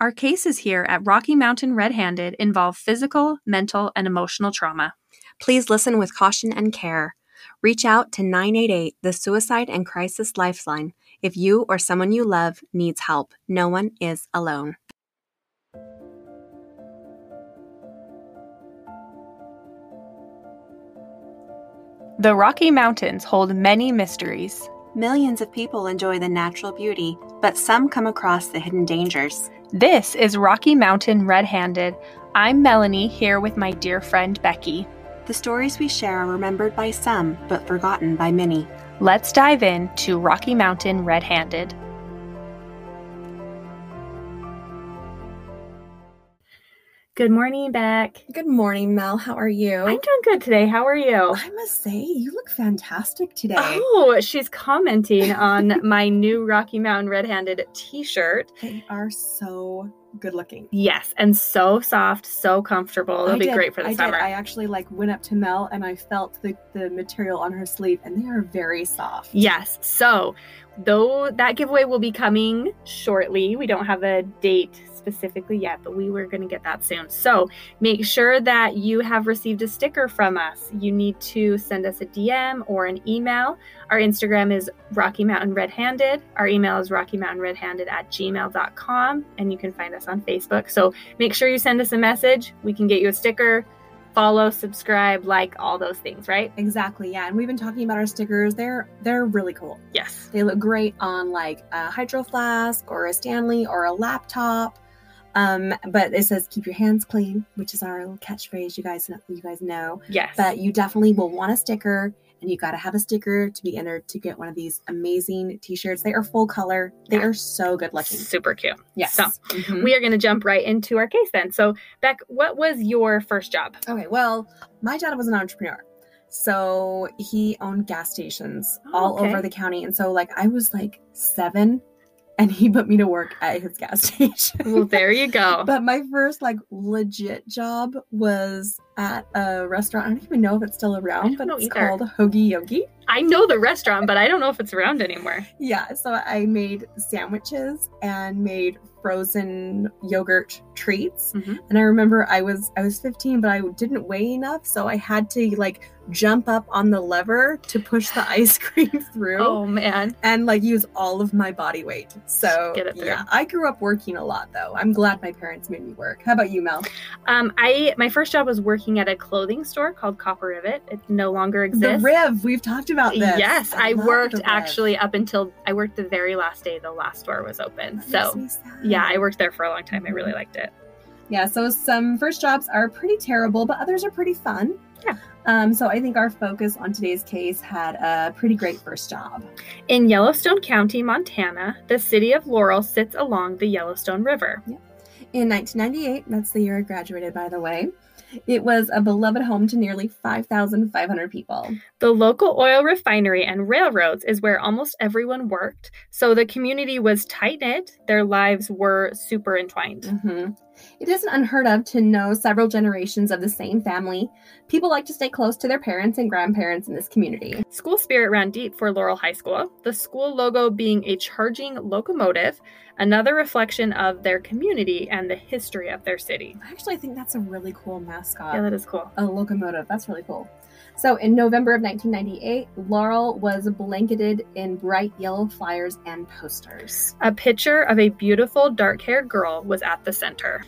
Our cases here at Rocky Mountain Red Handed involve physical, mental, and emotional trauma. Please listen with caution and care. Reach out to 988, the Suicide and Crisis Lifeline, if you or someone you love needs help. No one is alone. The Rocky Mountains hold many mysteries. Millions of people enjoy the natural beauty, but some come across the hidden dangers. This is Rocky Mountain Red Handed. I'm Melanie here with my dear friend Becky. The stories we share are remembered by some, but forgotten by many. Let's dive in to Rocky Mountain Red Handed. Good morning, Beck. Good morning, Mel. How are you? I'm doing good today. How are you? I must say, you look fantastic today. Oh, she's commenting on my new Rocky Mountain Red Handed t shirt. They are so good looking. Yes, and so soft, so comfortable. It'll I be did- great for the I summer. Did. I actually like went up to Mel and I felt the, the material on her sleeve, and they are very soft. Yes. So, though that giveaway will be coming shortly, we don't have a date specifically yet, but we were going to get that soon. So, make sure that you have received a sticker from us. You need to send us a DM or an email. Our Instagram is Rocky Mountain Red Handed. Our email is Rocky Mountain Red Handed at gmail.com. And you can find us on Facebook. So, make sure you send us a message. We can get you a sticker, follow, subscribe, like, all those things, right? Exactly. Yeah, and we've been talking about our stickers. They're they're really cool. Yes. They look great on like a hydro flask or a Stanley or a laptop. Um, but it says keep your hands clean, which is our little catchphrase. You guys, know- you guys know. Yes. But you definitely will want a sticker, and you got to have a sticker to be entered to get one of these amazing T-shirts. They are full color. They Yeah. are so good looking. Super cute. Yes. So, Mhm. We are going to jump right into our case then. So, Beck, what was your first job? Okay, well, my dad was an entrepreneur. So he owned gas stations Oh, all okay. over the county. And so, like, I was like seven and he put me to work at his gas Well, station. there you go. but my first, like, legit job was at a restaurant. I don't even know if it's still around, but know it's either. called Hoagie Yogi. I know the restaurant, but I don't know if it's around anymore. Yeah, so I made sandwiches and made frozen yogurt treats. Mhm. And I remember I was I was 15, but I didn't weigh enough, so I had to like jump up on the lever to push the ice cream through Oh man. and like use all of my body weight. So Get it through. yeah, I grew up working a lot though. I'm glad my parents made me work. How about you, Mel? Um, I my first job was working at a clothing store called Copper Rivet. It no longer The exists. Riv, we've talked about this. Yes, I, love worked the Riv. actually up until I worked the very last day the last store was open. That So, makes me sad. yeah, I worked there for a long time. I really liked it. Yeah, so some first jobs are pretty terrible, but others are pretty fun. Yeah. Um, so I think our focus on today's case had a pretty great first job. In Yellowstone County, Montana, the city of Laurel sits along the Yellowstone River. In 1998, that's the year I graduated, by the way, it was a beloved home to nearly 5,500 people. The local oil refinery and railroads is where almost everyone worked, so the community was tight knit. Their lives were super entwined. Mhm. It isn't unheard of to know several generations of the same family. People like to stay close to their parents and grandparents in this community. School spirit ran deep for Laurel High School, the school logo being a charging locomotive, another reflection of their community and the history of their city. I actually think that's a really cool mascot. Yeah, that is cool. a locomotive. That's really cool. So in November of 1998, Laurel was blanketed in bright yellow flyers and posters. A picture of a beautiful dark haired girl was at the center.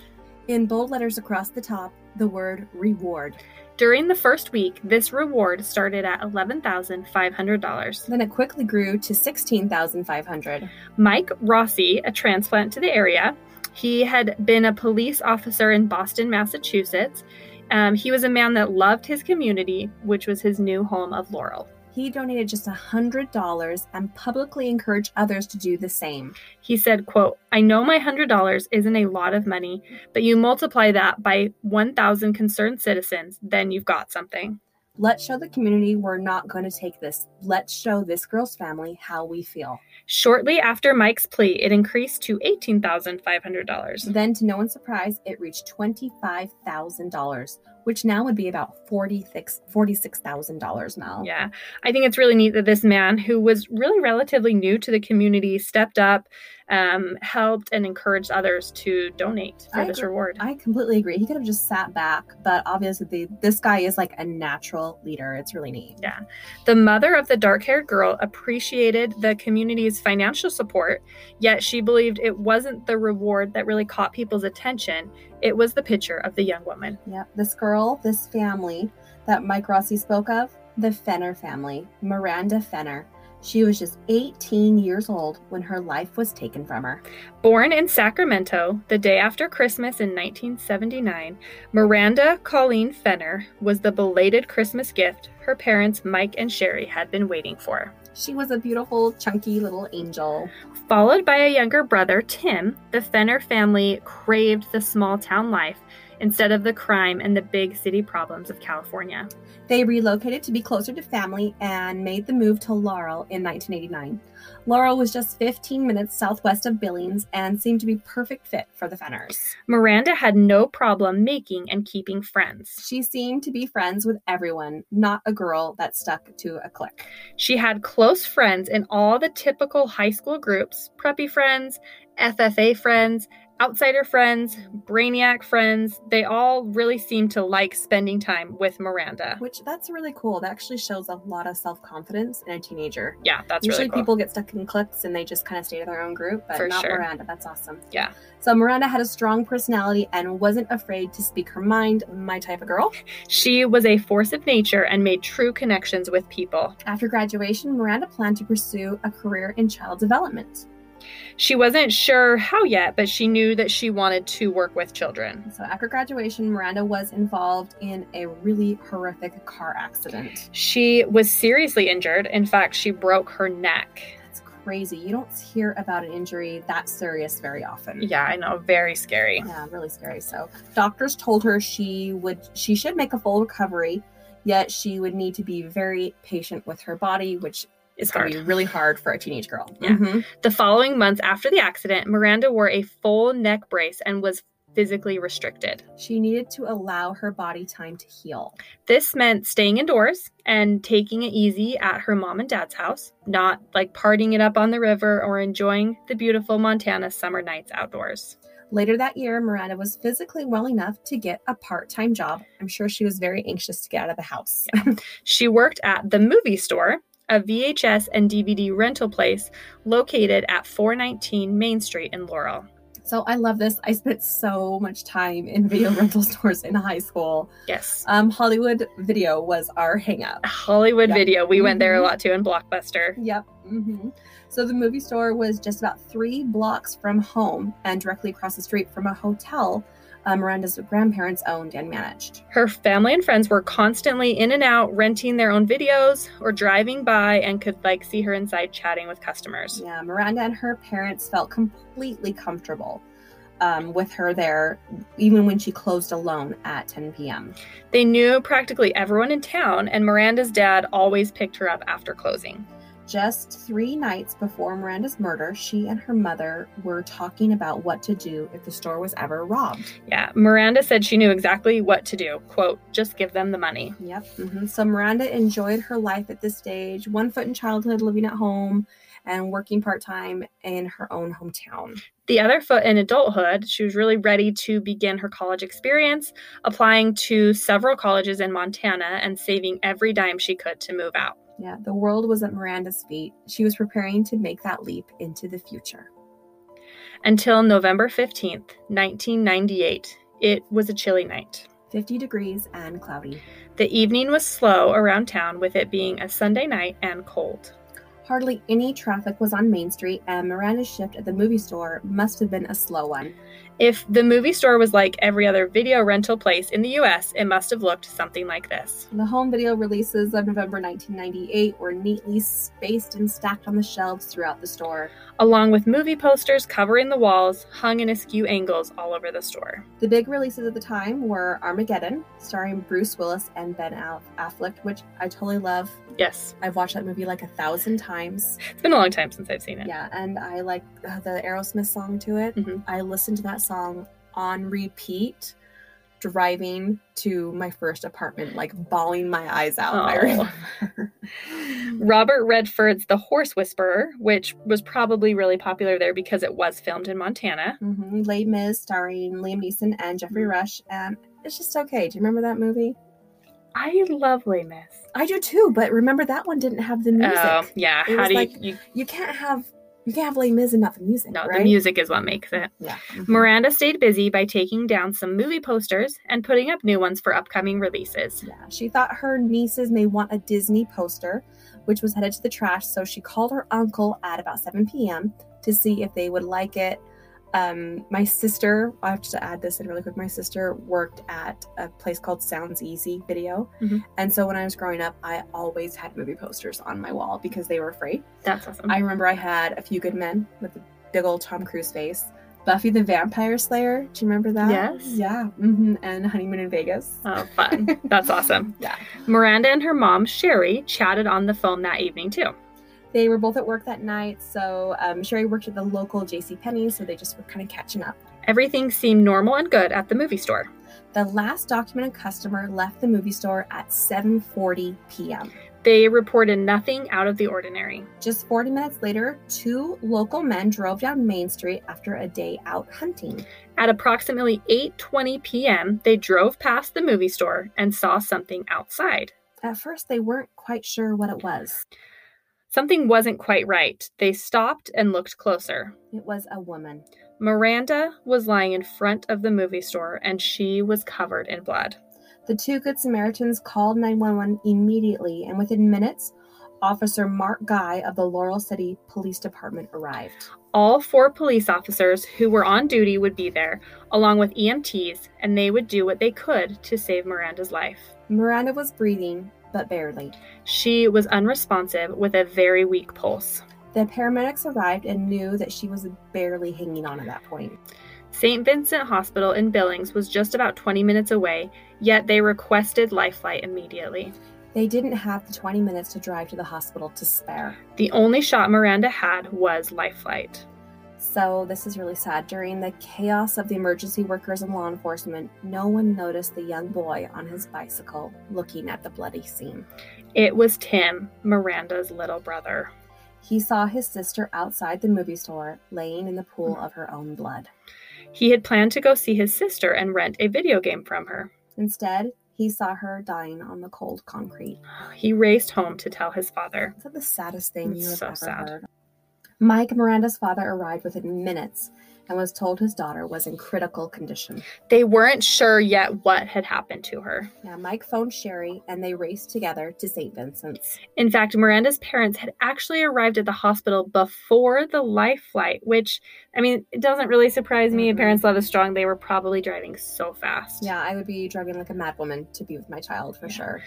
In bold letters across the top, the word reward. During the first week, this reward started at $11,500. Then it quickly grew to 16,500. Mike Rossi, a transplant to the area. He had been a police officer in Boston, Massachusetts. Um, he was a man that loved his community, which was his new home of Laurel. He donated just $100 and publicly encouraged others to do the same. He said, quote, I know my $100 isn't a lot of money, but you multiply that by 1,000 concerned citizens, then you've got something. Let's show the community we're not going to take this. Let's show this girl's family how we feel. Shortly after Mike's plea, it increased to $18,500. Then, to no one's surprise, it reached $25,000, which now would be about $46,000 $46,000 now. Yeah, I think it's really neat that this man, who was really relatively new to the community, stepped up, um, helped and encouraged others to donate for I this agree. reward. I completely agree. He could have just sat back, but obviously the, this guy is like a natural leader. It's really neat. Yeah. The mother of the dark haired girl appreciated the community's financial support, yet she believed it wasn't the reward that really caught people's attention. It was the picture of the young woman. Yep. This girl, this family that Mike Rossi spoke of, the Fenner family, Miranda Fenner. She was just 18 years old when her life was taken from her. Born in Sacramento the day after Christmas in 1979, Miranda Colleen Fenner was the belated Christmas gift her parents, Mike and Sherry, had been waiting for. She was a beautiful, chunky little angel. Followed by a younger brother, Tim, the Fenner family craved the small town life instead of the crime and the big city problems of California. They relocated to be closer to family and made the move to Laurel in 1989. Laurel was just 15 minutes southwest of Billings and seemed to be perfect fit for the Fenners. Miranda had no problem making and keeping friends. She seemed to be friends with everyone, not a girl that stuck to a clique. She had close friends in all the typical high school groups preppy friends, FFA friends, outsider friends, brainiac friends. They all really seemed to like spending time with Miranda. Which that's really cool. That actually shows a lot of self-confidence in a teenager. Yeah, that's Usually really cool. people get stuck in cliques and they just kind of stay to their own group, but For not sure. Miranda. That's awesome. Yeah. So Miranda had a strong personality and wasn't afraid to speak her mind, my type of girl. She was a force of nature and made true connections with people. After graduation, Miranda planned to pursue a career in child development. She wasn't sure how yet, but she knew that she wanted to work with children. So, after graduation, Miranda was involved in a really horrific car accident. She was seriously injured. In fact, she broke her neck. That's crazy. You don't hear about an injury that serious very often. Yeah, I know, very scary. Yeah, really scary. So, doctors told her she would she should make a full recovery, yet she would need to be very patient with her body, which It's is going hard. to be really hard for a teenage girl. Yeah. Mhm. The following months after the accident, Miranda wore a full neck brace and was physically restricted. She needed to allow her body time to heal. This meant staying indoors and taking it easy at her mom and dad's house, not like partying it up on the river or enjoying the beautiful Montana summer nights outdoors. Later that year, Miranda was physically well enough to get a part time job. I'm sure she was very anxious to get out of the house. She worked at the movie store, a VHS and DVD rental place located at 419 Main Street in Laurel. So I love this. I spent so much time in video rental stores in high school. Yes. Um, Hollywood video was our hang up. Hollywood Yeah. video. We went there a Mhm. lot too in Blockbuster. Yep. hmm So the movie store was just about three blocks from home and directly across the street from a hotel uh, Miranda's grandparents owned and managed. Her family and friends were constantly in and out renting their own videos or driving by and could like see her inside chatting with customers. Yeah, Miranda and her parents felt completely comfortable um, with her there, even when she closed alone at 10 p.m. They knew practically everyone in town and Miranda's dad always picked her up after closing. Just three nights before Miranda's murder, she and her mother were talking about what to do if the store was ever robbed. Yeah, Miranda said she knew exactly what to do. Quote, just give them the money. Yep. hmm So Miranda enjoyed her life at this stage, one foot in childhood, living at home, and working part time in her own hometown. The other foot in adulthood, she was really ready to begin her college experience, applying to several colleges in Montana and saving every dime she could to move out. Yeah, the world was at Miranda's feet. She was preparing to make that leap into the future. Until November 15th, 1998, it was a chilly night. 50 degrees and cloudy. The evening was slow around town, with it being a Sunday night and cold. Hardly any traffic was on Main Street, and Miranda's shift at the movie store must have been a slow one. If the movie store was like every other video rental place in the US, it must have looked something like this. The home video releases of November 1998 were neatly spaced and stacked on the shelves throughout the store. Along with movie posters covering the walls, hung in askew angles all over the store. The big releases at the time were Armageddon, starring Bruce Willis and Ben Al- Affleck, which I totally love. Yes. I've watched that movie like a thousand times. It's been a long time since I've seen it. Yeah, and I like uh, the Aerosmith song to it. Mhm. I listened to that song on repeat driving to my first apartment, like bawling my eyes out. I remember. Robert Redford's The Horse Whisperer, which was probably really popular there because it was filmed in Montana. hmm Les Mis, starring Liam Neeson and Jeffrey Rush, and it's just okay. Do you remember that movie? I love Les Mis. I do too, but remember that one didn't have the music. Oh, yeah. It How was do you, like- you You can't have you can't have Les Mis and not the music, No, right? the music is what makes it. Yeah. Mm-hmm. Miranda stayed busy by taking down some movie posters and putting up new ones for upcoming releases. Yeah, she thought her nieces may want a Disney poster, which was headed to the trash. So she called her uncle at about 7 p.m. to see if they would like it. Um, my sister, I have to add this in really quick. My sister worked at a place called Sounds Easy Video. Mhm. And so when I was growing up, I always had movie posters on my wall because they were afraid. That's awesome. I remember I had A Few Good Men with the big old Tom Cruise face, Buffy the Vampire Slayer. Do you remember that? Yes. Yeah. hmm And Honeymoon in Vegas. oh, fun. That's awesome. Yeah. Miranda and her mom, Sherry, chatted on the phone that evening too. they were both at work that night so um, sherry worked at the local jc penney so they just were kind of catching up Everything seemed normal and good at the movie store. the last documented customer left the movie store at 7.40 p.m They reported nothing out of the ordinary. just 40 minutes later two local men drove down main street after a day out hunting At approximately 8:20 p.m., they drove past the movie store and saw something outside. at first they weren't quite sure what it was Something wasn't quite right. They stopped and looked closer. it was a woman Miranda was lying in front of the movie store and she was covered in blood. the two good samaritans called 911 immediately and within minutes officer mark guy of the laurel city police department arrived All four police officers who were on duty would be there, along with EMTs, and they would do what they could to save Miranda's life. miranda was breathing but barely She was unresponsive with a very weak pulse. The paramedics arrived and knew that she was barely hanging on at that point. St. Vincent Hospital in Billings was just about 20 minutes away, yet they requested Lifelight immediately. They didn't have the 20 minutes to drive to the hospital to spare. The only shot Miranda had was Lifelight. So, this is really sad. During the chaos of the emergency workers and law enforcement, no one noticed the young boy on his bicycle looking at the bloody scene. It was Tim, Miranda's little brother. He saw his sister outside the movie store, laying in the pool of her own blood. He had planned to go see his sister and rent a video game from her. Instead, he saw her dying on the cold concrete. He raced home to tell his father. Is that the saddest thing you It's have so ever sad. heard? Mike Miranda's father arrived within minutes and was told his daughter was in critical condition. They weren't sure yet what had happened to her. Now, Mike phoned Sherry and they raced together to St. Vincent's. In fact, Miranda's parents had actually arrived at the hospital before the life flight, which, I mean, it doesn't really surprise me. Mhm. Parents' love is strong. They were probably driving so fast. Yeah, I would be driving like a mad woman to be with my child for sure.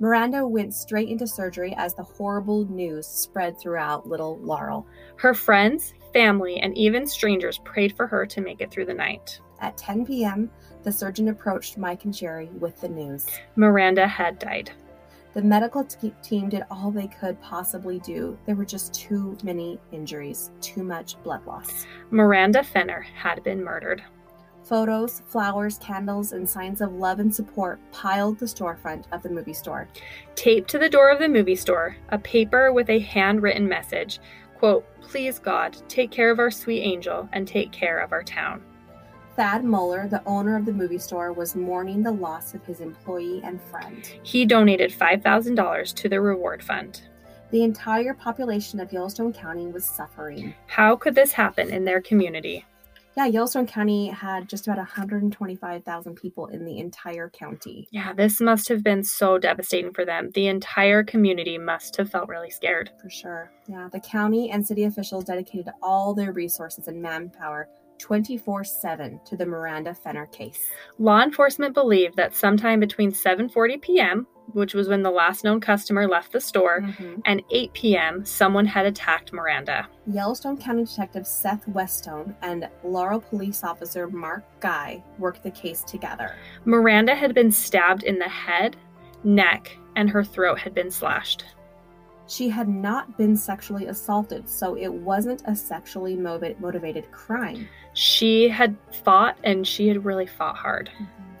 Miranda went straight into surgery as the horrible news spread throughout Little Laurel. Her friends, family, and even strangers prayed for her to make it through the night. At 10 p.m., the surgeon approached Mike and Sherry with the news. Miranda had died. The medical te- team did all they could possibly do. There were just too many injuries, too much blood loss. Miranda Fenner had been murdered. Photos, flowers, candles, and signs of love and support piled the storefront of the movie store. Taped to the door of the movie store, a paper with a handwritten message quote, Please God, take care of our sweet angel and take care of our town. Thad Muller, the owner of the movie store, was mourning the loss of his employee and friend. He donated $5,000 to the reward fund. The entire population of Yellowstone County was suffering. How could this happen in their community? Yeah, Yellowstone County had just about 125,000 people in the entire county. Yeah, this must have been so devastating for them. The entire community must have felt really scared. For sure. Yeah. The county and city officials dedicated all their resources and manpower 24 7 to the Miranda Fenner case. Law enforcement believed that sometime between 7:40 p.m., which was when the last known customer left the store, and 8 p.m., someone had attacked Miranda. Yellowstone County Detective Seth Westone and Laurel Police Officer Mark Guy worked the case together. Miranda had been stabbed in the head, neck, and her throat had been slashed. She had not been sexually assaulted, so it wasn't a sexually motiv- motivated crime. She had fought and she had really fought hard.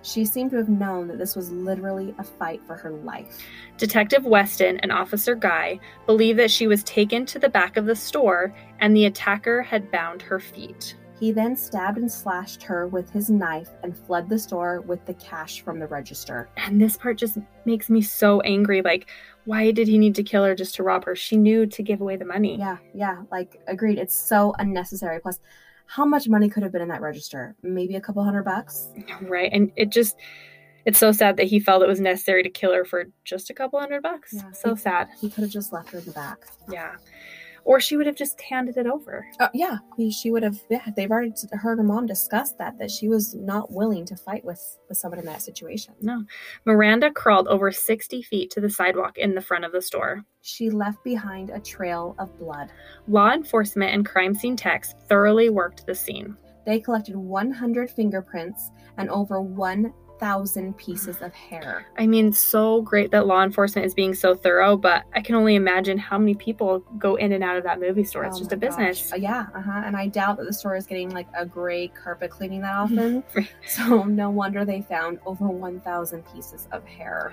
She seemed to have known that this was literally a fight for her life. Detective Weston and Officer Guy believe that she was taken to the back of the store and the attacker had bound her feet. He then stabbed and slashed her with his knife and fled the store with the cash from the register. And this part just makes me so angry. Like, why did he need to kill her just to rob her? She knew to give away the money. Yeah, yeah, like agreed. It's so unnecessary. Plus, how much money could have been in that register? Maybe a couple hundred bucks? Right. And it just, it's so sad that he felt it was necessary to kill her for just a couple hundred bucks. Yeah. So sad. He could have just left her in the back. Yeah. Or she would have just handed it over. Uh, yeah, he, she would have. Yeah, they've already heard her mom discuss that that she was not willing to fight with with someone in that situation. No. Miranda crawled over 60 feet to the sidewalk in the front of the store. She left behind a trail of blood. Law enforcement and crime scene techs thoroughly worked the scene. They collected 100 fingerprints and over 1,000 pieces of hair. I mean, so great that law enforcement is being so thorough, but I can only imagine how many people go in and out of that movie store. It's Oh just my a business. gosh. Uh, yeah, uh huh. And I doubt that the store is getting like a gray carpet cleaning that often. Right. so no wonder they found over 1,000 pieces of hair.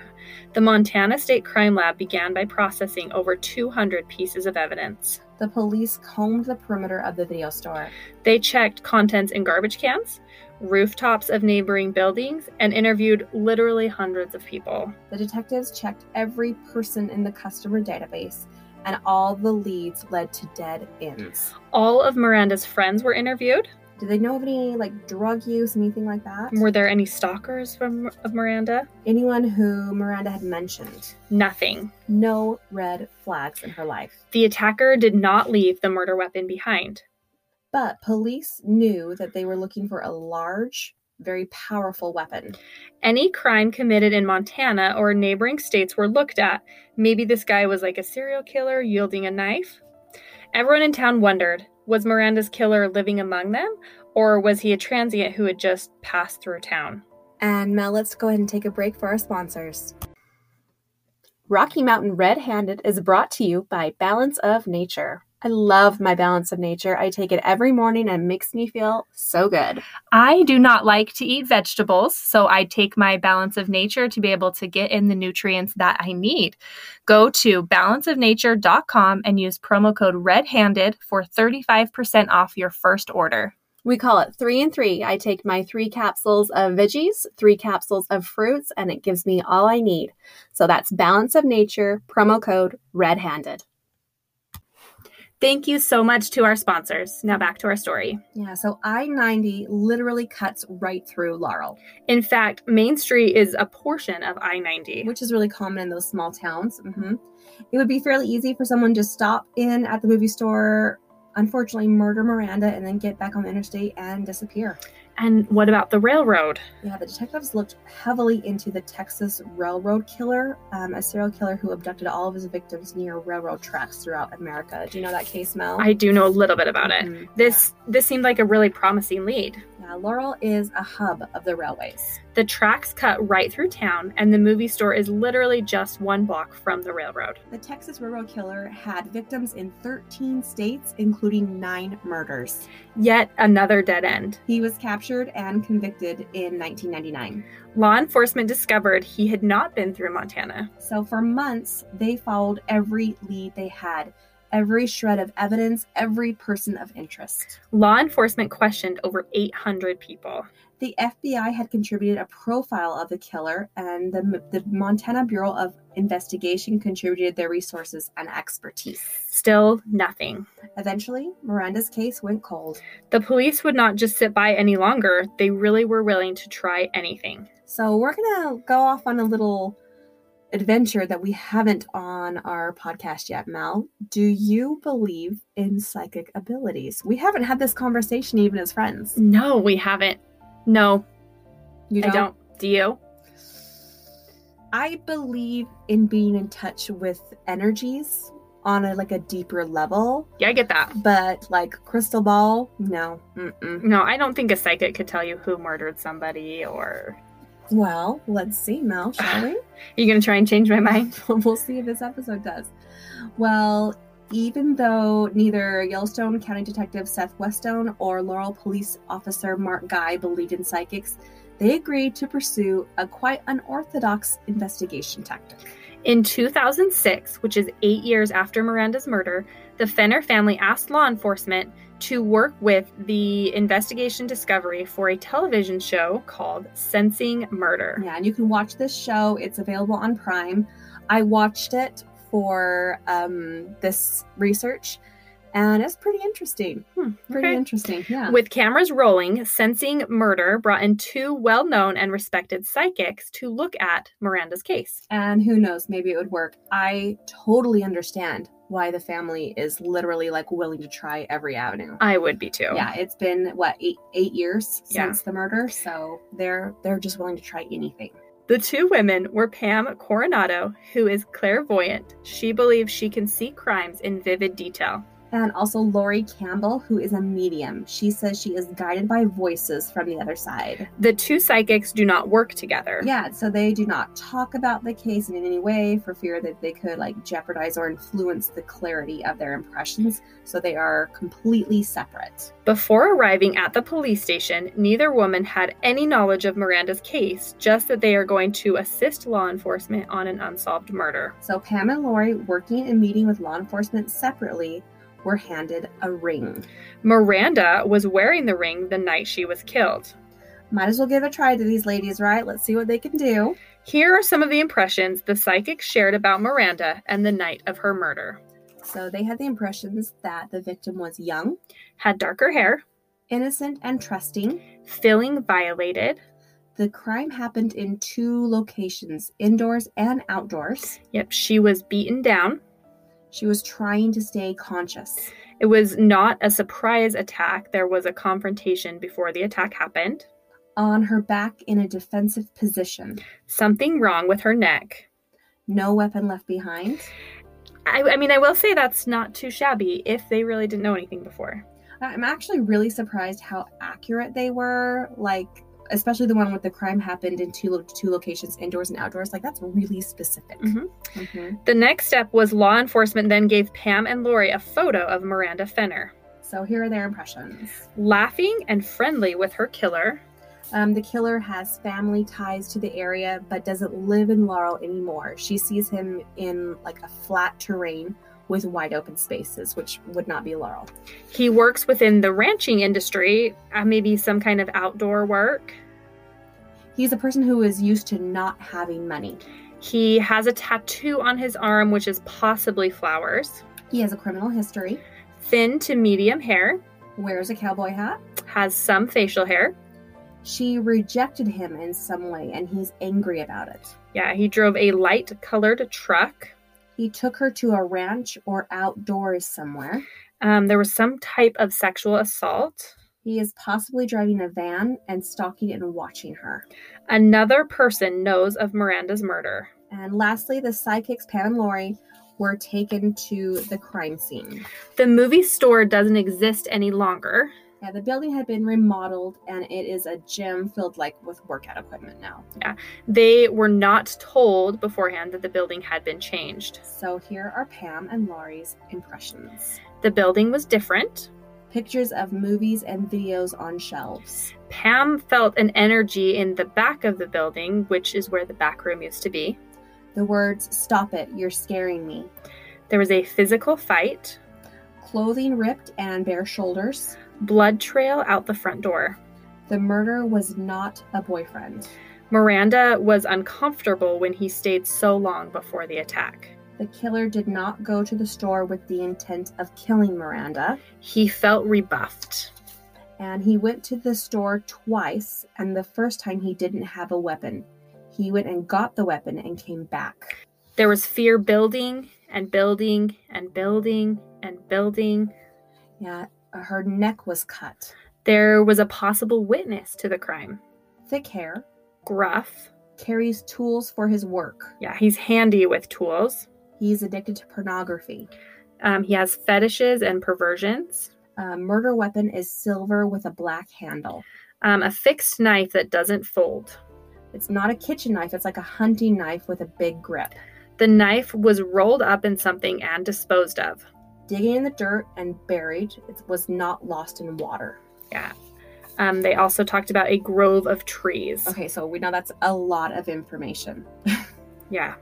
The Montana State Crime Lab began by processing over 200 pieces of evidence. The police combed the perimeter of the video store. They checked contents in garbage cans, rooftops of neighboring buildings, and interviewed literally hundreds of people. The detectives checked every person in the customer database, and all the leads led to dead ends. All of Miranda's friends were interviewed. Did they know of any like drug use, anything like that? Were there any stalkers from of Miranda? Anyone who Miranda had mentioned? Nothing. No red flags in her life. The attacker did not leave the murder weapon behind. But police knew that they were looking for a large, very powerful weapon. Any crime committed in Montana or neighboring states were looked at. Maybe this guy was like a serial killer wielding a knife. Everyone in town wondered was Miranda's killer living among them, or was he a transient who had just passed through town? And Mel, let's go ahead and take a break for our sponsors. Rocky Mountain Red Handed is brought to you by Balance of Nature. I love my Balance of Nature. I take it every morning and it makes me feel so good. I do not like to eat vegetables, so I take my balance of nature to be able to get in the nutrients that I need. Go to balanceofnature.com and use promo code redhanded for 35% off your first order. We call it three and three. I take my three capsules of veggies, three capsules of fruits, and it gives me all I need. So that's Balance of Nature, promo code red handed. Thank you so much to our sponsors. Now back to our story. Yeah, so I 90 literally cuts right through Laurel, In fact, Main Street is a portion of I 90. which is really common in those small towns. hmm It would be fairly easy for someone to stop in at the movie store, unfortunately, murder Miranda, and then get back on the interstate and disappear. And what about the railroad? Yeah, the detectives looked heavily into the Texas Railroad Killer, um, a serial killer who abducted all of his victims near railroad tracks throughout America. Do you know that case, Mel? I do know a little bit about it. Mhm, This this seemed like a really promising lead. yeah. Yeah, Laurel is a hub of the railways. The tracks cut right through town and the movie store is literally just one block from the railroad. The Texas Railroad Killer had victims in 13 states, including nine murders. Yet another dead end. He was captured and convicted in 1999. Law enforcement discovered he had not been through Montana. So for months, they followed every lead they had, every shred of evidence, every person of interest. Law enforcement questioned over 800 people. The FBI had contributed a profile of the killer, and the, the Montana Bureau of Investigation contributed their resources and expertise. Still nothing. Eventually, Miranda's case went cold. The police would not just sit by any longer. They really were willing to try anything. So, we're going to go off on a little adventure that we haven't on our podcast yet, Mel. Do you believe in psychic abilities? We haven't had this conversation even as friends. No, we haven't. No, You I don't. Do you? I believe in being in touch with energies on a like a deeper level. Yeah, I get that. but like crystal ball no mm-mm. No, I don't think a psychic could tell you who murdered somebody or. well let's see mel shall we Are you going to try and change my mind? we'll see if this episode does well even though neither yellowstone county detective seth westone or laurel police officer mark guy believed in psychics they agreed to pursue a quite unorthodox investigation tactic. In 2006, which is eight years after Miranda's murder, the Fenner family asked law enforcement to work with the investigation discovery for a television show called Sensing Murder. Yeah, and you can watch this show. It's available on Prime. I watched it for um, this research, and it's pretty interesting. Hmm, Pretty okay. interesting. Yeah. With cameras rolling, Sensing Murder brought in two well known and respected psychics to look at Miranda's case. and who knows, maybe it would work. I totally understand why the family is literally like willing to try every avenue. I would be too. yeah, it's been what eight eight years Yeah. since the murder, so they're they're just willing to try anything. The two women were Pam Coronado, who is clairvoyant. She believes she can see crimes in vivid detail. And also Lori Campbell, who is a medium. She says she is guided by voices from the other side. The two psychics do not work together. Yeah, so they do not talk about the case in any way for fear that they could like jeopardize or influence the clarity of their impressions. So they are completely separate. Before arriving at the police station, neither woman had any knowledge of Miranda's case, just that they are going to assist law enforcement on an unsolved murder. So Pam and Lori, working and meeting with law enforcement separately, were handed a ring. Miranda was wearing the ring the night she was killed. Might as well give a try to these ladies, right? Let's see what they can do. Here are some of the impressions the psychic shared about Miranda and the night of her murder. So they had the impressions that the victim was young, Had darker hair, innocent, and trusting. feeling violated, The crime happened in two locations, indoors and outdoors. Yep, she was beaten down. She was trying to stay conscious. It was not a surprise attack. There was a confrontation before the attack happened. On her back in a defensive position. Something wrong with her neck. No weapon left behind. I, I mean, I will say that's not too shabby if they really didn't know anything before. I'm actually really surprised how accurate they were. Like, especially the one with the crime happened in two lo- two locations, indoors and outdoors. Like, that's really specific. Mhm. Mhm. The next step was law enforcement then gave Pam and Lori a photo of Miranda Fenner, So here are their impressions. laughing and friendly with her killer. Um, the killer has family ties to the area, but doesn't live in Laurel anymore. She sees him in like a flat terrain with wide open spaces, which would not be Laurel. He works within the ranching industry, uh, maybe some kind of outdoor work. He's a person who is used to not having money. He has a tattoo on his arm, which is possibly flowers. He has a criminal history, thin to medium hair, wears a cowboy hat. has some facial hair. She rejected him in some way, and he's angry about it. Yeah, he drove a light colored truck. He took her to a ranch or outdoors somewhere. Um, there was some type of sexual assault. He is possibly driving a van and stalking and watching her. Another person knows of Miranda's murder. And lastly, the psychics, Pam and Lori, were taken to the crime scene. The movie store doesn't exist any longer. Now, the building had been remodeled and it is a gym filled like with workout equipment now. They were not told beforehand that the building had been changed. So, here are Pam and Lori's impressions The building was different. pictures of movies and videos on shelves. Pam felt an energy in the back of the building, which is where the back room used to be. The words, Stop it, you're scaring me. There was a physical fight, Clothing ripped and bare shoulders. blood trail out the front door. The murder was not a boyfriend. Miranda was uncomfortable when he stayed so long before the attack. The killer did not go to the store with the intent of killing Miranda. He felt rebuffed. and he went to the store twice and the first time he didn't have a weapon he went and got the weapon and came back There was fear building and building and building and building. yeah her neck was cut There was a possible witness to the crime. thick hair Gruff. carries tools for his work Yeah, he's handy with tools. he's addicted to pornography Um, he has fetishes and perversions. uh, murder weapon is silver with a black handle Um, a fixed knife that doesn't fold. it's not a kitchen knife it's like a hunting knife with a big grip The knife was rolled up in something and disposed of. digging in the dirt and buried it was not lost in water Um, they also talked about a grove of trees. Okay, so we know that's a lot of information. Yeah.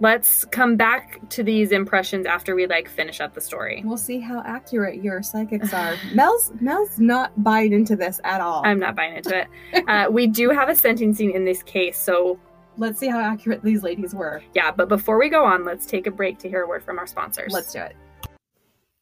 Let's come back to these impressions after we like finish up the story. We'll see how accurate your psychics are. Mel's Mel's not buying into this at all. I'm not buying into it. Uh, we do have a sentencing in this case, so Let's see how accurate these ladies were. yeah, but before we go on, let's take a break to hear a word from our sponsors. Let's do it.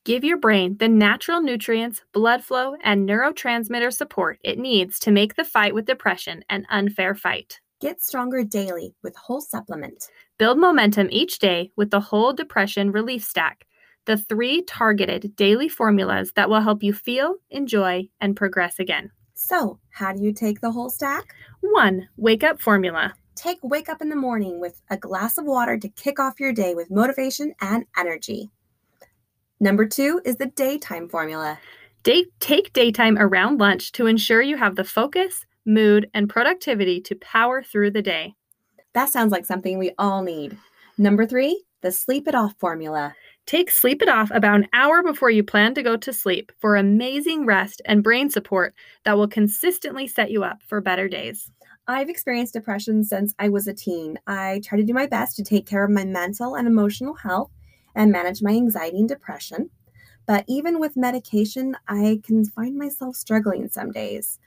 Give your brain the natural nutrients, blood flow, and neurotransmitter support it needs to make the fight with depression an unfair fight. Get stronger daily with Whole Supplement. Build momentum each day with the Whole Depression Relief Stack, the three targeted daily formulas that will help you feel, enjoy, and progress again. So, how do you take the whole stack? 1. Wake Up Formula. Take Wake Up in the Morning with a glass of water to kick off your day with motivation and energy. Number two is the daytime formula. Day- take daytime around lunch to ensure you have the focus, mood, and productivity to power through the day. That sounds like something we all need. Number three, the sleep it off formula. Take Sleep It Off about an hour before you plan to go to sleep for amazing rest and brain support that will consistently set you up for better days. I've experienced depression since I was a teen. I try to do my best to take care of my mental and emotional health and manage my anxiety and depression. But even with medication, I can find myself struggling some days.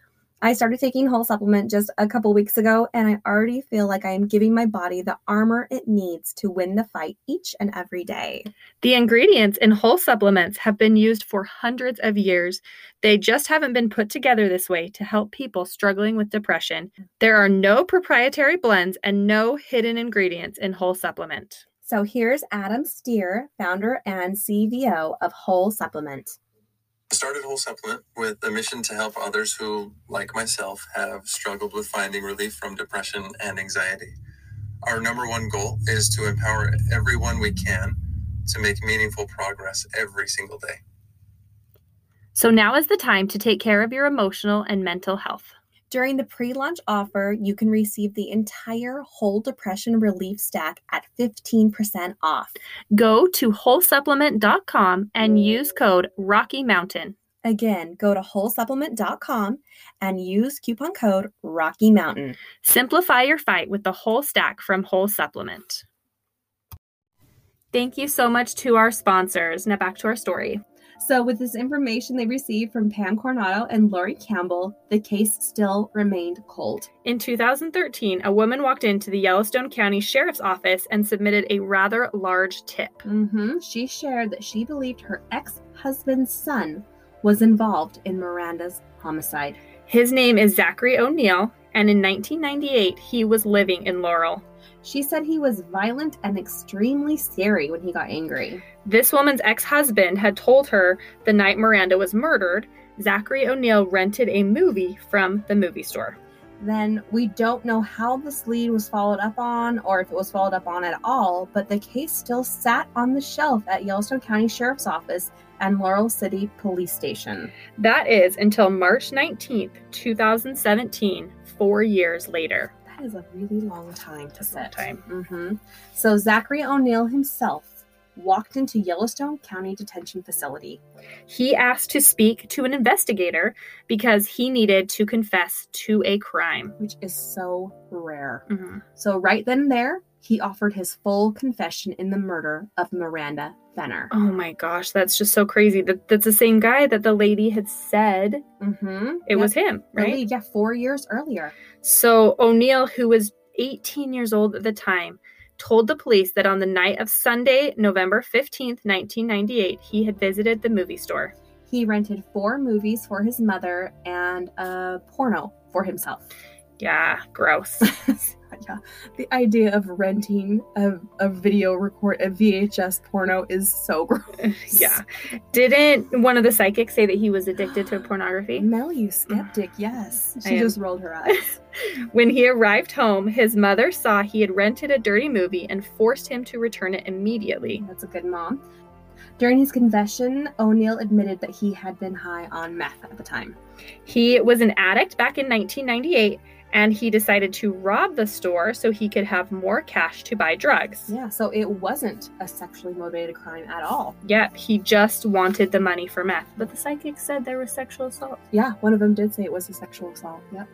I started taking whole supplement just a couple weeks ago and I already feel like I am giving my body the armor it needs to win the fight each and every day. The ingredients in whole supplements have been used for hundreds of years. They just haven't been put together this way to help people struggling with depression. There are no proprietary blends and no hidden ingredients in whole supplement. So here's Adam Steer, founder and CVO of Whole Supplement. I started Whole Supplement with a mission to help others who, like myself, have struggled with finding relief from depression and anxiety. Our number one goal is to empower everyone we can to make meaningful progress every single day. So now is the time to take care of your emotional and mental health. During the pre launch offer, you can receive the entire whole depression relief stack at 15% off. Go to wholesupplement.com and use code Rocky Mountain. Again, go to wholesupplement.com and use coupon code Rocky Mountain. Simplify your fight with the whole stack from Whole Supplement. Thank you so much to our sponsors. Now back to our story. So, with this information they received from Pam Coronado and Lori Campbell, the case still remained cold. In 2013, a woman walked into the Yellowstone County Sheriff's Office and submitted a rather large tip. Mm-hmm. She shared that she believed her ex husband's son was involved in Miranda's homicide. His name is Zachary O'Neill, and in 1998, he was living in Laurel. She said he was violent and extremely scary when he got angry. This woman's ex husband had told her the night Miranda was murdered, Zachary O'Neill rented a movie from the movie store. Then we don't know how this lead was followed up on or if it was followed up on at all, but the case still sat on the shelf at Yellowstone County Sheriff's Office and Laurel City Police Station. That is until March 19th, 2017, four years later. That is a really long time long to set. time. hmm So Zachary O'Neill himself walked into Yellowstone County Detention Facility. He asked to speak to an investigator because he needed to confess to a crime. which is so rare. Mhm. So, right then and there, he offered his full confession in the murder of Miranda Fenner. Oh my gosh, that's just so crazy. That, that's the same guy that the lady had said Mm-hmm. It it was him, right? Yeah, four years earlier. So O'Neill, who was 18 years old at the time, told the police that on the night of Sunday, November 15th, 1998, he had visited the movie store. He rented four movies for his mother and a porno for himself. Yeah, gross. yeah, the idea of renting a, a video record, a VHS porno, is so gross. yeah. Didn't one of the psychics say that he was addicted to pornography? Mel, you skeptic, yes. I She am. just rolled her eyes. When he arrived home, his mother saw he had rented a dirty movie and forced him to return it immediately. That's a good mom. During his confession, O'Neill admitted that he had been high on meth at the time. He was an addict back in 1998 and he decided to rob the store so he could have more cash to buy drugs. Yeah, so it wasn't a sexually motivated crime at all. Yep, he just wanted the money for meth. But the psychic said there was sexual assault. Yeah, one of them did say it was a sexual assault. Yep.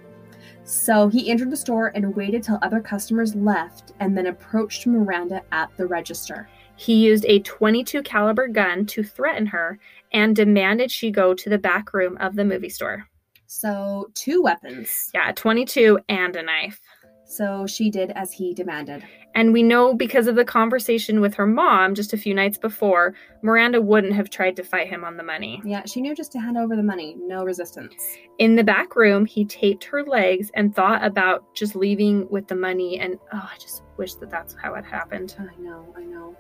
So he entered the store and waited till other customers left and then approached Miranda at the register. He used a 22 caliber gun to threaten her and demanded she go to the back room of the movie store. So, two weapons. Yeah, 22 and a knife. So she did as he demanded. And we know because of the conversation with her mom just a few nights before, Miranda wouldn't have tried to fight him on the money. Yeah, she knew just to hand over the money, no resistance. In the back room, he taped her legs and thought about just leaving with the money. And oh, I just wish that that's how it happened. I know, I know.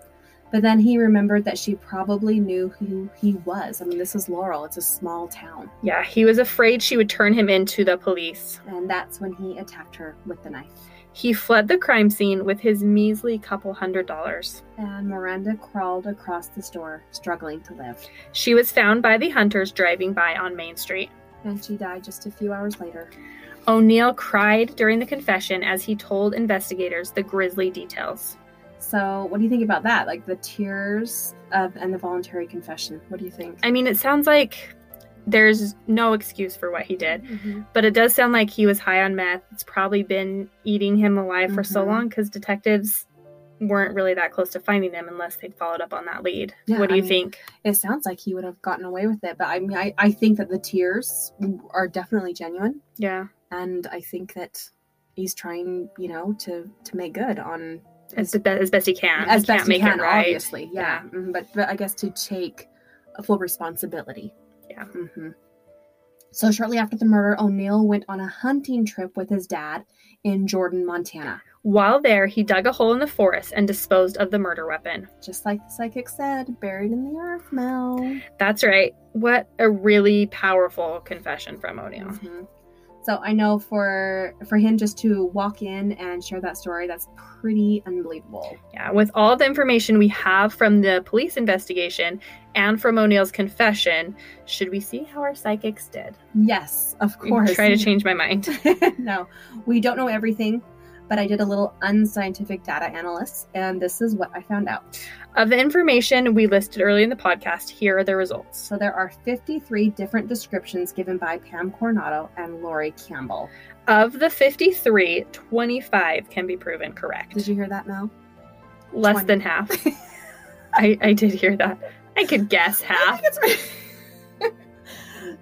But then he remembered that she probably knew who he was. I mean, this is Laurel, it's a small town. Yeah, he was afraid she would turn him in to the police. And that's when he attacked her with the knife. He fled the crime scene with his measly couple hundred dollars. And Miranda crawled across the store, struggling to live. She was found by the hunters driving by on Main Street. And she died just a few hours later. O'Neill cried during the confession as he told investigators the grisly details. So, what do you think about that? Like the tears of and the voluntary confession. What do you think? I mean, it sounds like there's no excuse for what he did, Mhm. but it does sound like he was high on meth. It's probably been eating him alive for so Mhm. long because detectives weren't really that close to finding them unless they'd followed up on that lead. Yeah, what do I you mean- think? It sounds like he would have gotten away with it, but I mean, I, I think that the tears are definitely genuine, Yeah. and I think that he's trying, you know, to to make good on As, be- as best he can. as he best can't make he can, it right. obviously. Yeah, Mhm, but but I guess to take a full responsibility. Yeah. hmm So shortly after the murder, O'Neill went on a hunting trip with his dad in Jordan, Montana. While there, he dug a hole in the forest and disposed of the murder weapon. Just like the psychic said, buried in the earth, Mel. That's right. What a really powerful confession from O'Neill. Mhm. So I know for for him just to walk in and share that story, that's pretty unbelievable. Yeah, with all the information we have from the police investigation and from O'Neill's confession, should we see how our psychics did? Yes, of We course. Try to change my mind. no, we don't know everything, but I did a little unscientific data analysis, and this is what I found out. Of the information we listed early in the podcast, here are the results. So there are 53 different descriptions given by Pam Coronado and Lori Campbell. Of the 53, 25 can be proven Did correct. you hear that, Mel? Less 20? than half. I, I did hear that. I could guess I half. think it's right.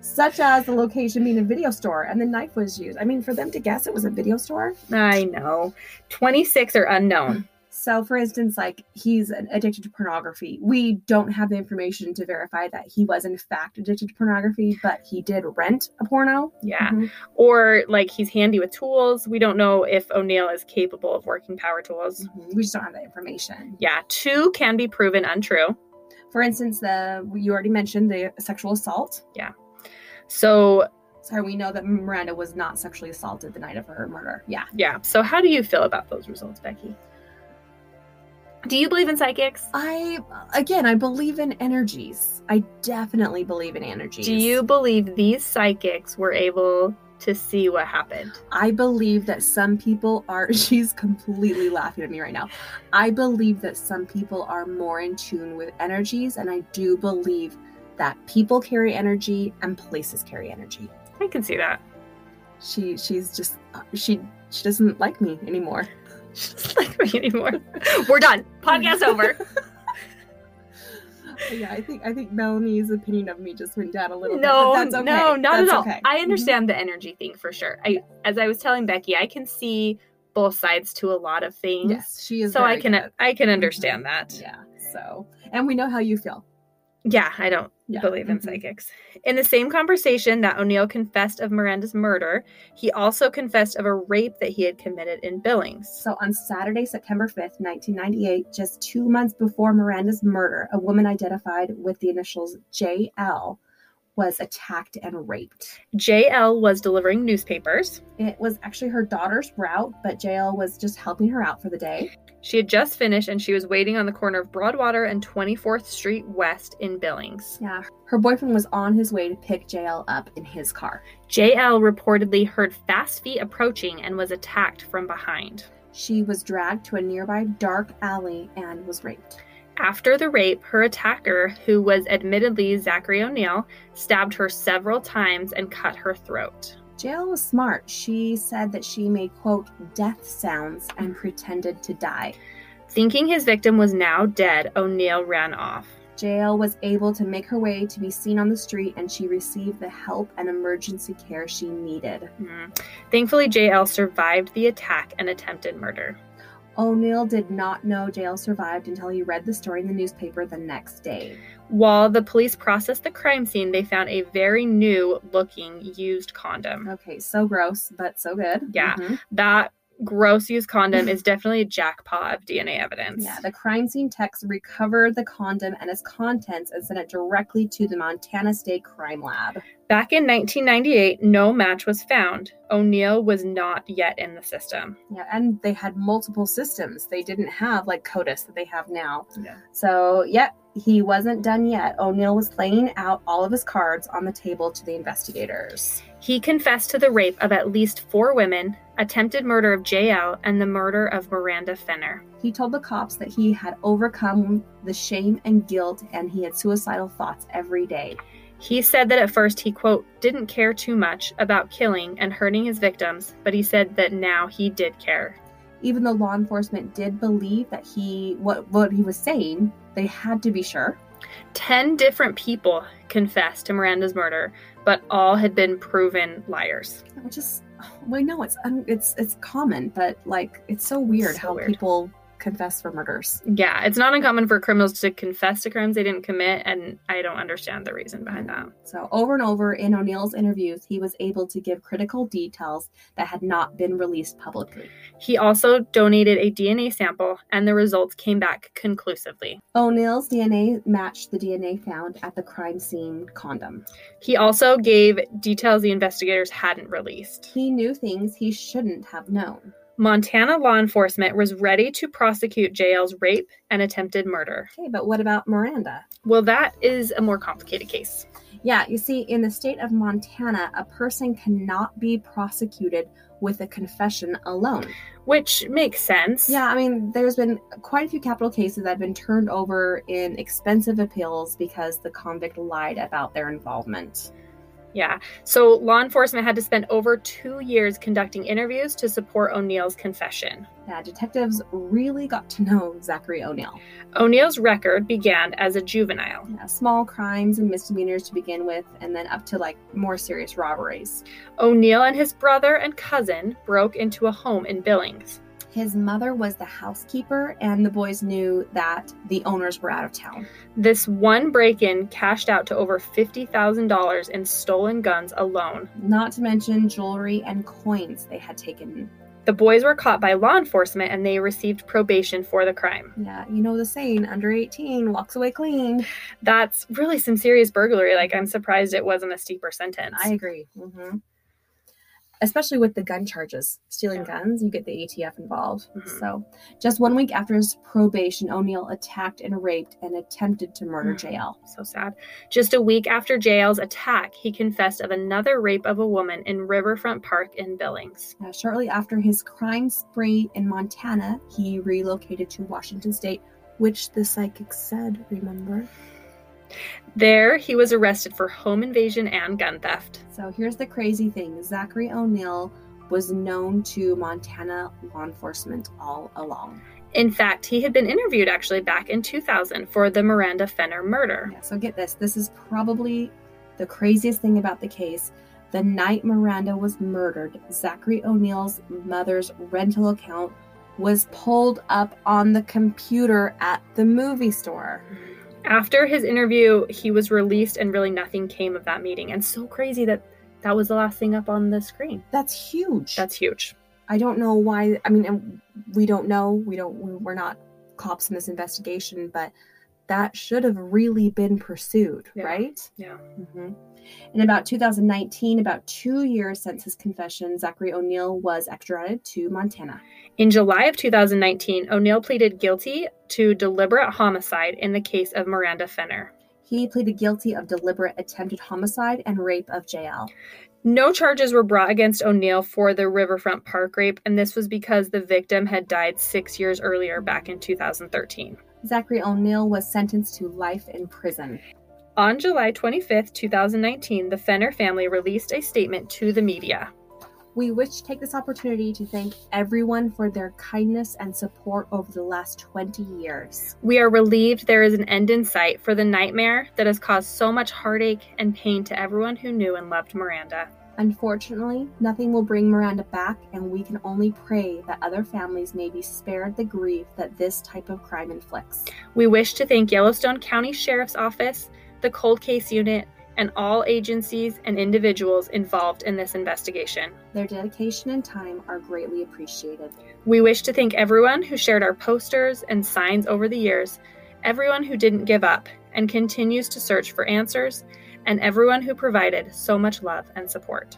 Such as the location being a video store and the knife was used. I mean, for them to guess it was a video store. I know. 26 are unknown. So, for instance, like he's an- addicted to pornography. We don't have the information to verify that he was, in fact, addicted to pornography, but he did rent a porno. Yeah. Mhm. Or like he's handy with tools. We don't know if O'Neill is capable of working power tools. Mm-hmm. We just don't have that information. Yeah, two can be proven untrue. For instance, the you already mentioned the sexual assault. So, So we know that Miranda was not sexually assaulted the night of her murder. Yeah. yeah. So, how do you feel about those results, Becky? Do you believe in psychics? I again, I believe in energies. I definitely believe in energies. Do you believe these psychics were able to see what happened? I believe that some people are, she's completely laughing at me right now. I believe that some people are more in tune with energies, and I do believe that people carry energy and places carry energy. I can see that. She, she's just, uh, she, she doesn't like me anymore. She doesn't like me anymore. We're done. Podcast over. Hmm. Oh, yeah, I think, I think Melanie's opinion of me just went down a little No, bit. but that's okay. no, not That's at all. okay. Mm-hmm. I understand the energy thing for sure. I, as I was telling Becky, I can see both sides to a lot of Mhm. things. Yes, she is. So I very can good. Mm-hmm. I can understand that. Yeah. So, and we know how you feel. Yeah, I don't Yeah. believe in Mhm. psychics. In the same conversation that O'Neill confessed of Miranda's murder, he also confessed of a rape that he had committed in Billings. So on Saturday, September 5th, 1998, just two months before Miranda's murder, a woman identified with the initials JL was attacked and raped. JL was delivering newspapers. It was actually her daughter's route, but JL was just helping her out for the day. She had just finished and she was waiting on the corner of Broadwater and 24th Street West in Billings. Yeah. Her boyfriend was on his way to pick JL up in his car. JL reportedly heard fast feet approaching and was attacked from behind. She was dragged to a nearby dark alley and was raped. After the rape, her attacker, who was admittedly Zachary O'Neill, stabbed her several times and cut her throat. JL was smart. She said that she made, quote, death sounds and pretended to die. Thinking his victim was now dead, O'Neill ran off. JL was able to make her way to be seen on the street and she received the help and emergency care she needed. Mm. Thankfully, JL survived the attack and attempted murder. O'Neill did not know JL survived until he read the story in the newspaper the next day. While the police processed the crime scene, they found a very new looking used condom. Okay, so gross, but so good. Yeah, mm-hmm. that gross used condom is definitely a jackpot of DNA evidence. Yeah, the crime scene techs recovered the condom and its contents and sent it directly to the Montana State Crime Lab. Back in 1998, no match was found. O'Neill was not yet in the system. Yeah, and they had multiple systems. They didn't have like CODIS that they have now. Yeah. So, yep, yeah, he wasn't done yet. O'Neill was laying out all of his cards on the table to the investigators. He confessed to the rape of at least four women, attempted murder of JL, and the murder of Miranda Fenner. He told the cops that he had overcome the shame and guilt and he had suicidal thoughts every day. He said that at first he, quote, didn't care too much about killing and hurting his victims, but he said that now he did care. Even though law enforcement did believe that he, what, what he was saying, they had to be sure. Ten different people confessed to Miranda's murder, but all had been proven liars. Which is, we know it's, it's, it's common, but like, it's so weird so how weird. people confess for murders. Yeah, it's not uncommon for criminals to confess to crimes they didn't commit, and I don't understand the reason behind that. So, over and over in O'Neill's interviews, he was able to give critical details that had not been released publicly. He also donated a DNA sample, and the results came back conclusively. O'Neill's DNA matched the DNA found at the crime scene condom. He also gave details the investigators hadn't released. He knew things he shouldn't have known. Montana law enforcement was ready to prosecute JL's rape and attempted murder. Okay, but what about Miranda? Well, that is a more complicated case. Yeah, you see, in the state of Montana, a person cannot be prosecuted with a confession alone. Which makes sense. Yeah, I mean, there's been quite a few capital cases that have been turned over in expensive appeals because the convict lied about their involvement. Yeah. So law enforcement had to spend over two years conducting interviews to support O'Neill's confession. Yeah, Uh, detectives really got to know Zachary O'Neill. O'Neill's record began as a juvenile. Yeah, small crimes and misdemeanors to begin with, and then up to like more serious robberies. O'Neill and his brother and cousin broke into a home in Billings. His mother was the housekeeper, and the boys knew that the owners were out of town. This one break in cashed out to over $50,000 in stolen guns alone, not to mention jewelry and coins they had taken. The boys were caught by law enforcement and they received probation for the crime. Yeah, you know the saying, under 18 walks away clean. That's really some serious burglary. Like, I'm surprised it wasn't a steeper sentence. I agree. Mm-hmm especially with the gun charges, stealing yeah. guns, you get the ATF involved. Mm-hmm. So, just one week after his probation, O'Neill attacked and raped and attempted to murder mm-hmm. JL. So sad. Just a week after JL's attack, he confessed of another rape of a woman in Riverfront Park in Billings. Now, shortly after his crime spree in Montana, he relocated to Washington State, which the psychic said, remember? There, he was arrested for home invasion and gun theft. So here's the crazy thing Zachary O'Neill was known to Montana law enforcement all along. In fact, he had been interviewed actually back in 2000 for the Miranda Fenner murder. Yeah, so get this this is probably the craziest thing about the case. The night Miranda was murdered, Zachary O'Neill's mother's rental account was pulled up on the computer at the movie store after his interview, he was released, and really nothing came of that meeting. And so crazy that that was the last thing up on the screen. That's huge. That's huge. I don't know why. I mean, we don't know. We don't. We're not cops in this investigation, but that should have really been pursued, Yeah. right? Yeah. hmm In about 2019, about two years since his confession, Zachary O'Neill was extradited to Montana. In July of 2019, O'Neill pleaded guilty to deliberate homicide in the case of Miranda Fenner. He pleaded guilty of deliberate attempted homicide and rape of JL. No charges were brought against O'Neill for the Riverfront Park rape, and this was because the victim had died six years earlier back in 2013. Zachary O'Neill was sentenced to life in prison. On July 25th, 2019, the Fenner family released a statement to the media. We wish to take this opportunity to thank everyone for their kindness and support over the last 20 years. We are relieved there is an end in sight for the nightmare that has caused so much heartache and pain to everyone who knew and loved Miranda. Unfortunately, nothing will bring Miranda back, and we can only pray that other families may be spared the grief that this type of crime inflicts. We wish to thank Yellowstone County Sheriff's Office, the Cold Case Unit, and all agencies and individuals involved in this investigation. Their dedication and time are greatly appreciated. We wish to thank everyone who shared our posters and signs over the years, everyone who didn't give up and continues to search for answers, and everyone who provided so much love and support.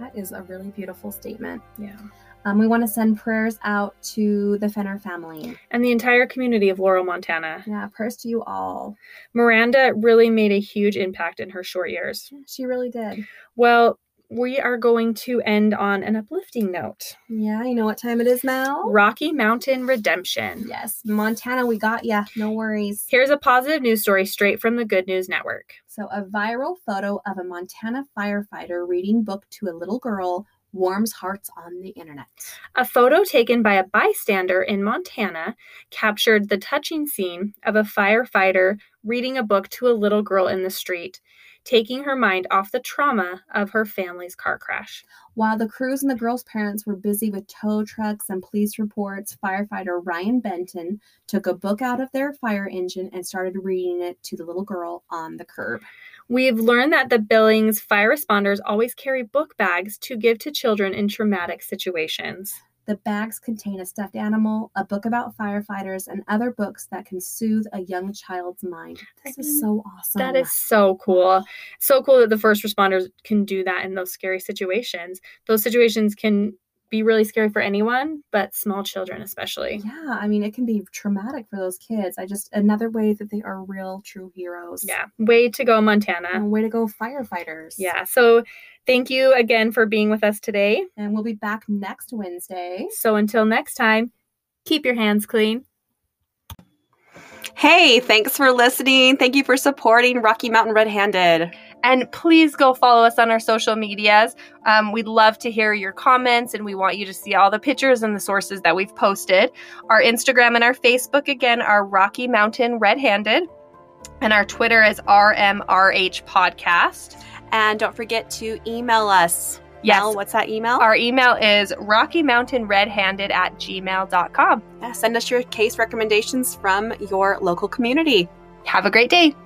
That is a really beautiful statement. Yeah. Um, we want to send prayers out to the Fenner family. And the entire community of Laurel, Montana. Yeah, prayers to you all. Miranda really made a huge impact in her short years. Yeah, she really did. Well, we are going to end on an uplifting note Yeah, you know what time it is now? Rocky Mountain Redemption. Oh. Yes, Montana, we got ya. No worries. Here's a positive news story straight from the Good News Network. So, a viral photo of a Montana firefighter reading book to a little girl warms hearts on the internet. A photo taken by a bystander in Montana captured the touching scene of a firefighter reading a book to a little girl in the street, taking her mind off the trauma of her family's car crash. While the crews and the girl's parents were busy with tow trucks and police reports, firefighter Ryan Benton took a book out of their fire engine and started reading it to the little girl on the curb. We've learned that the Billings fire responders always carry book bags to give to children in traumatic situations. The bags contain a stuffed animal, a book about firefighters, and other books that can soothe a young child's mind. This is so awesome. That is so cool. So cool that the first responders can do that in those scary situations. Those situations can be really scary for anyone, but small children especially. Yeah, I mean, it can be traumatic for those kids. I just, another way that they are real, true heroes. Yeah. Way to go, Montana. And way to go, firefighters. Yeah. So thank you again for being with us today. And we'll be back next Wednesday. So until next time, keep your hands clean. Hey, thanks for listening. Thank you for supporting Rocky Mountain Red Handed. And please go follow us on our social medias. Um, we'd love to hear your comments and we want you to see all the pictures and the sources that we've posted. Our Instagram and our Facebook, again, are Rocky Mountain Red Handed. And our Twitter is RMRH Podcast. And don't forget to email us. Yes. Mel, what's that email? Our email is Rocky Mountain Red Handed at gmail.com. Yeah, send us your case recommendations from your local community. Have a great day.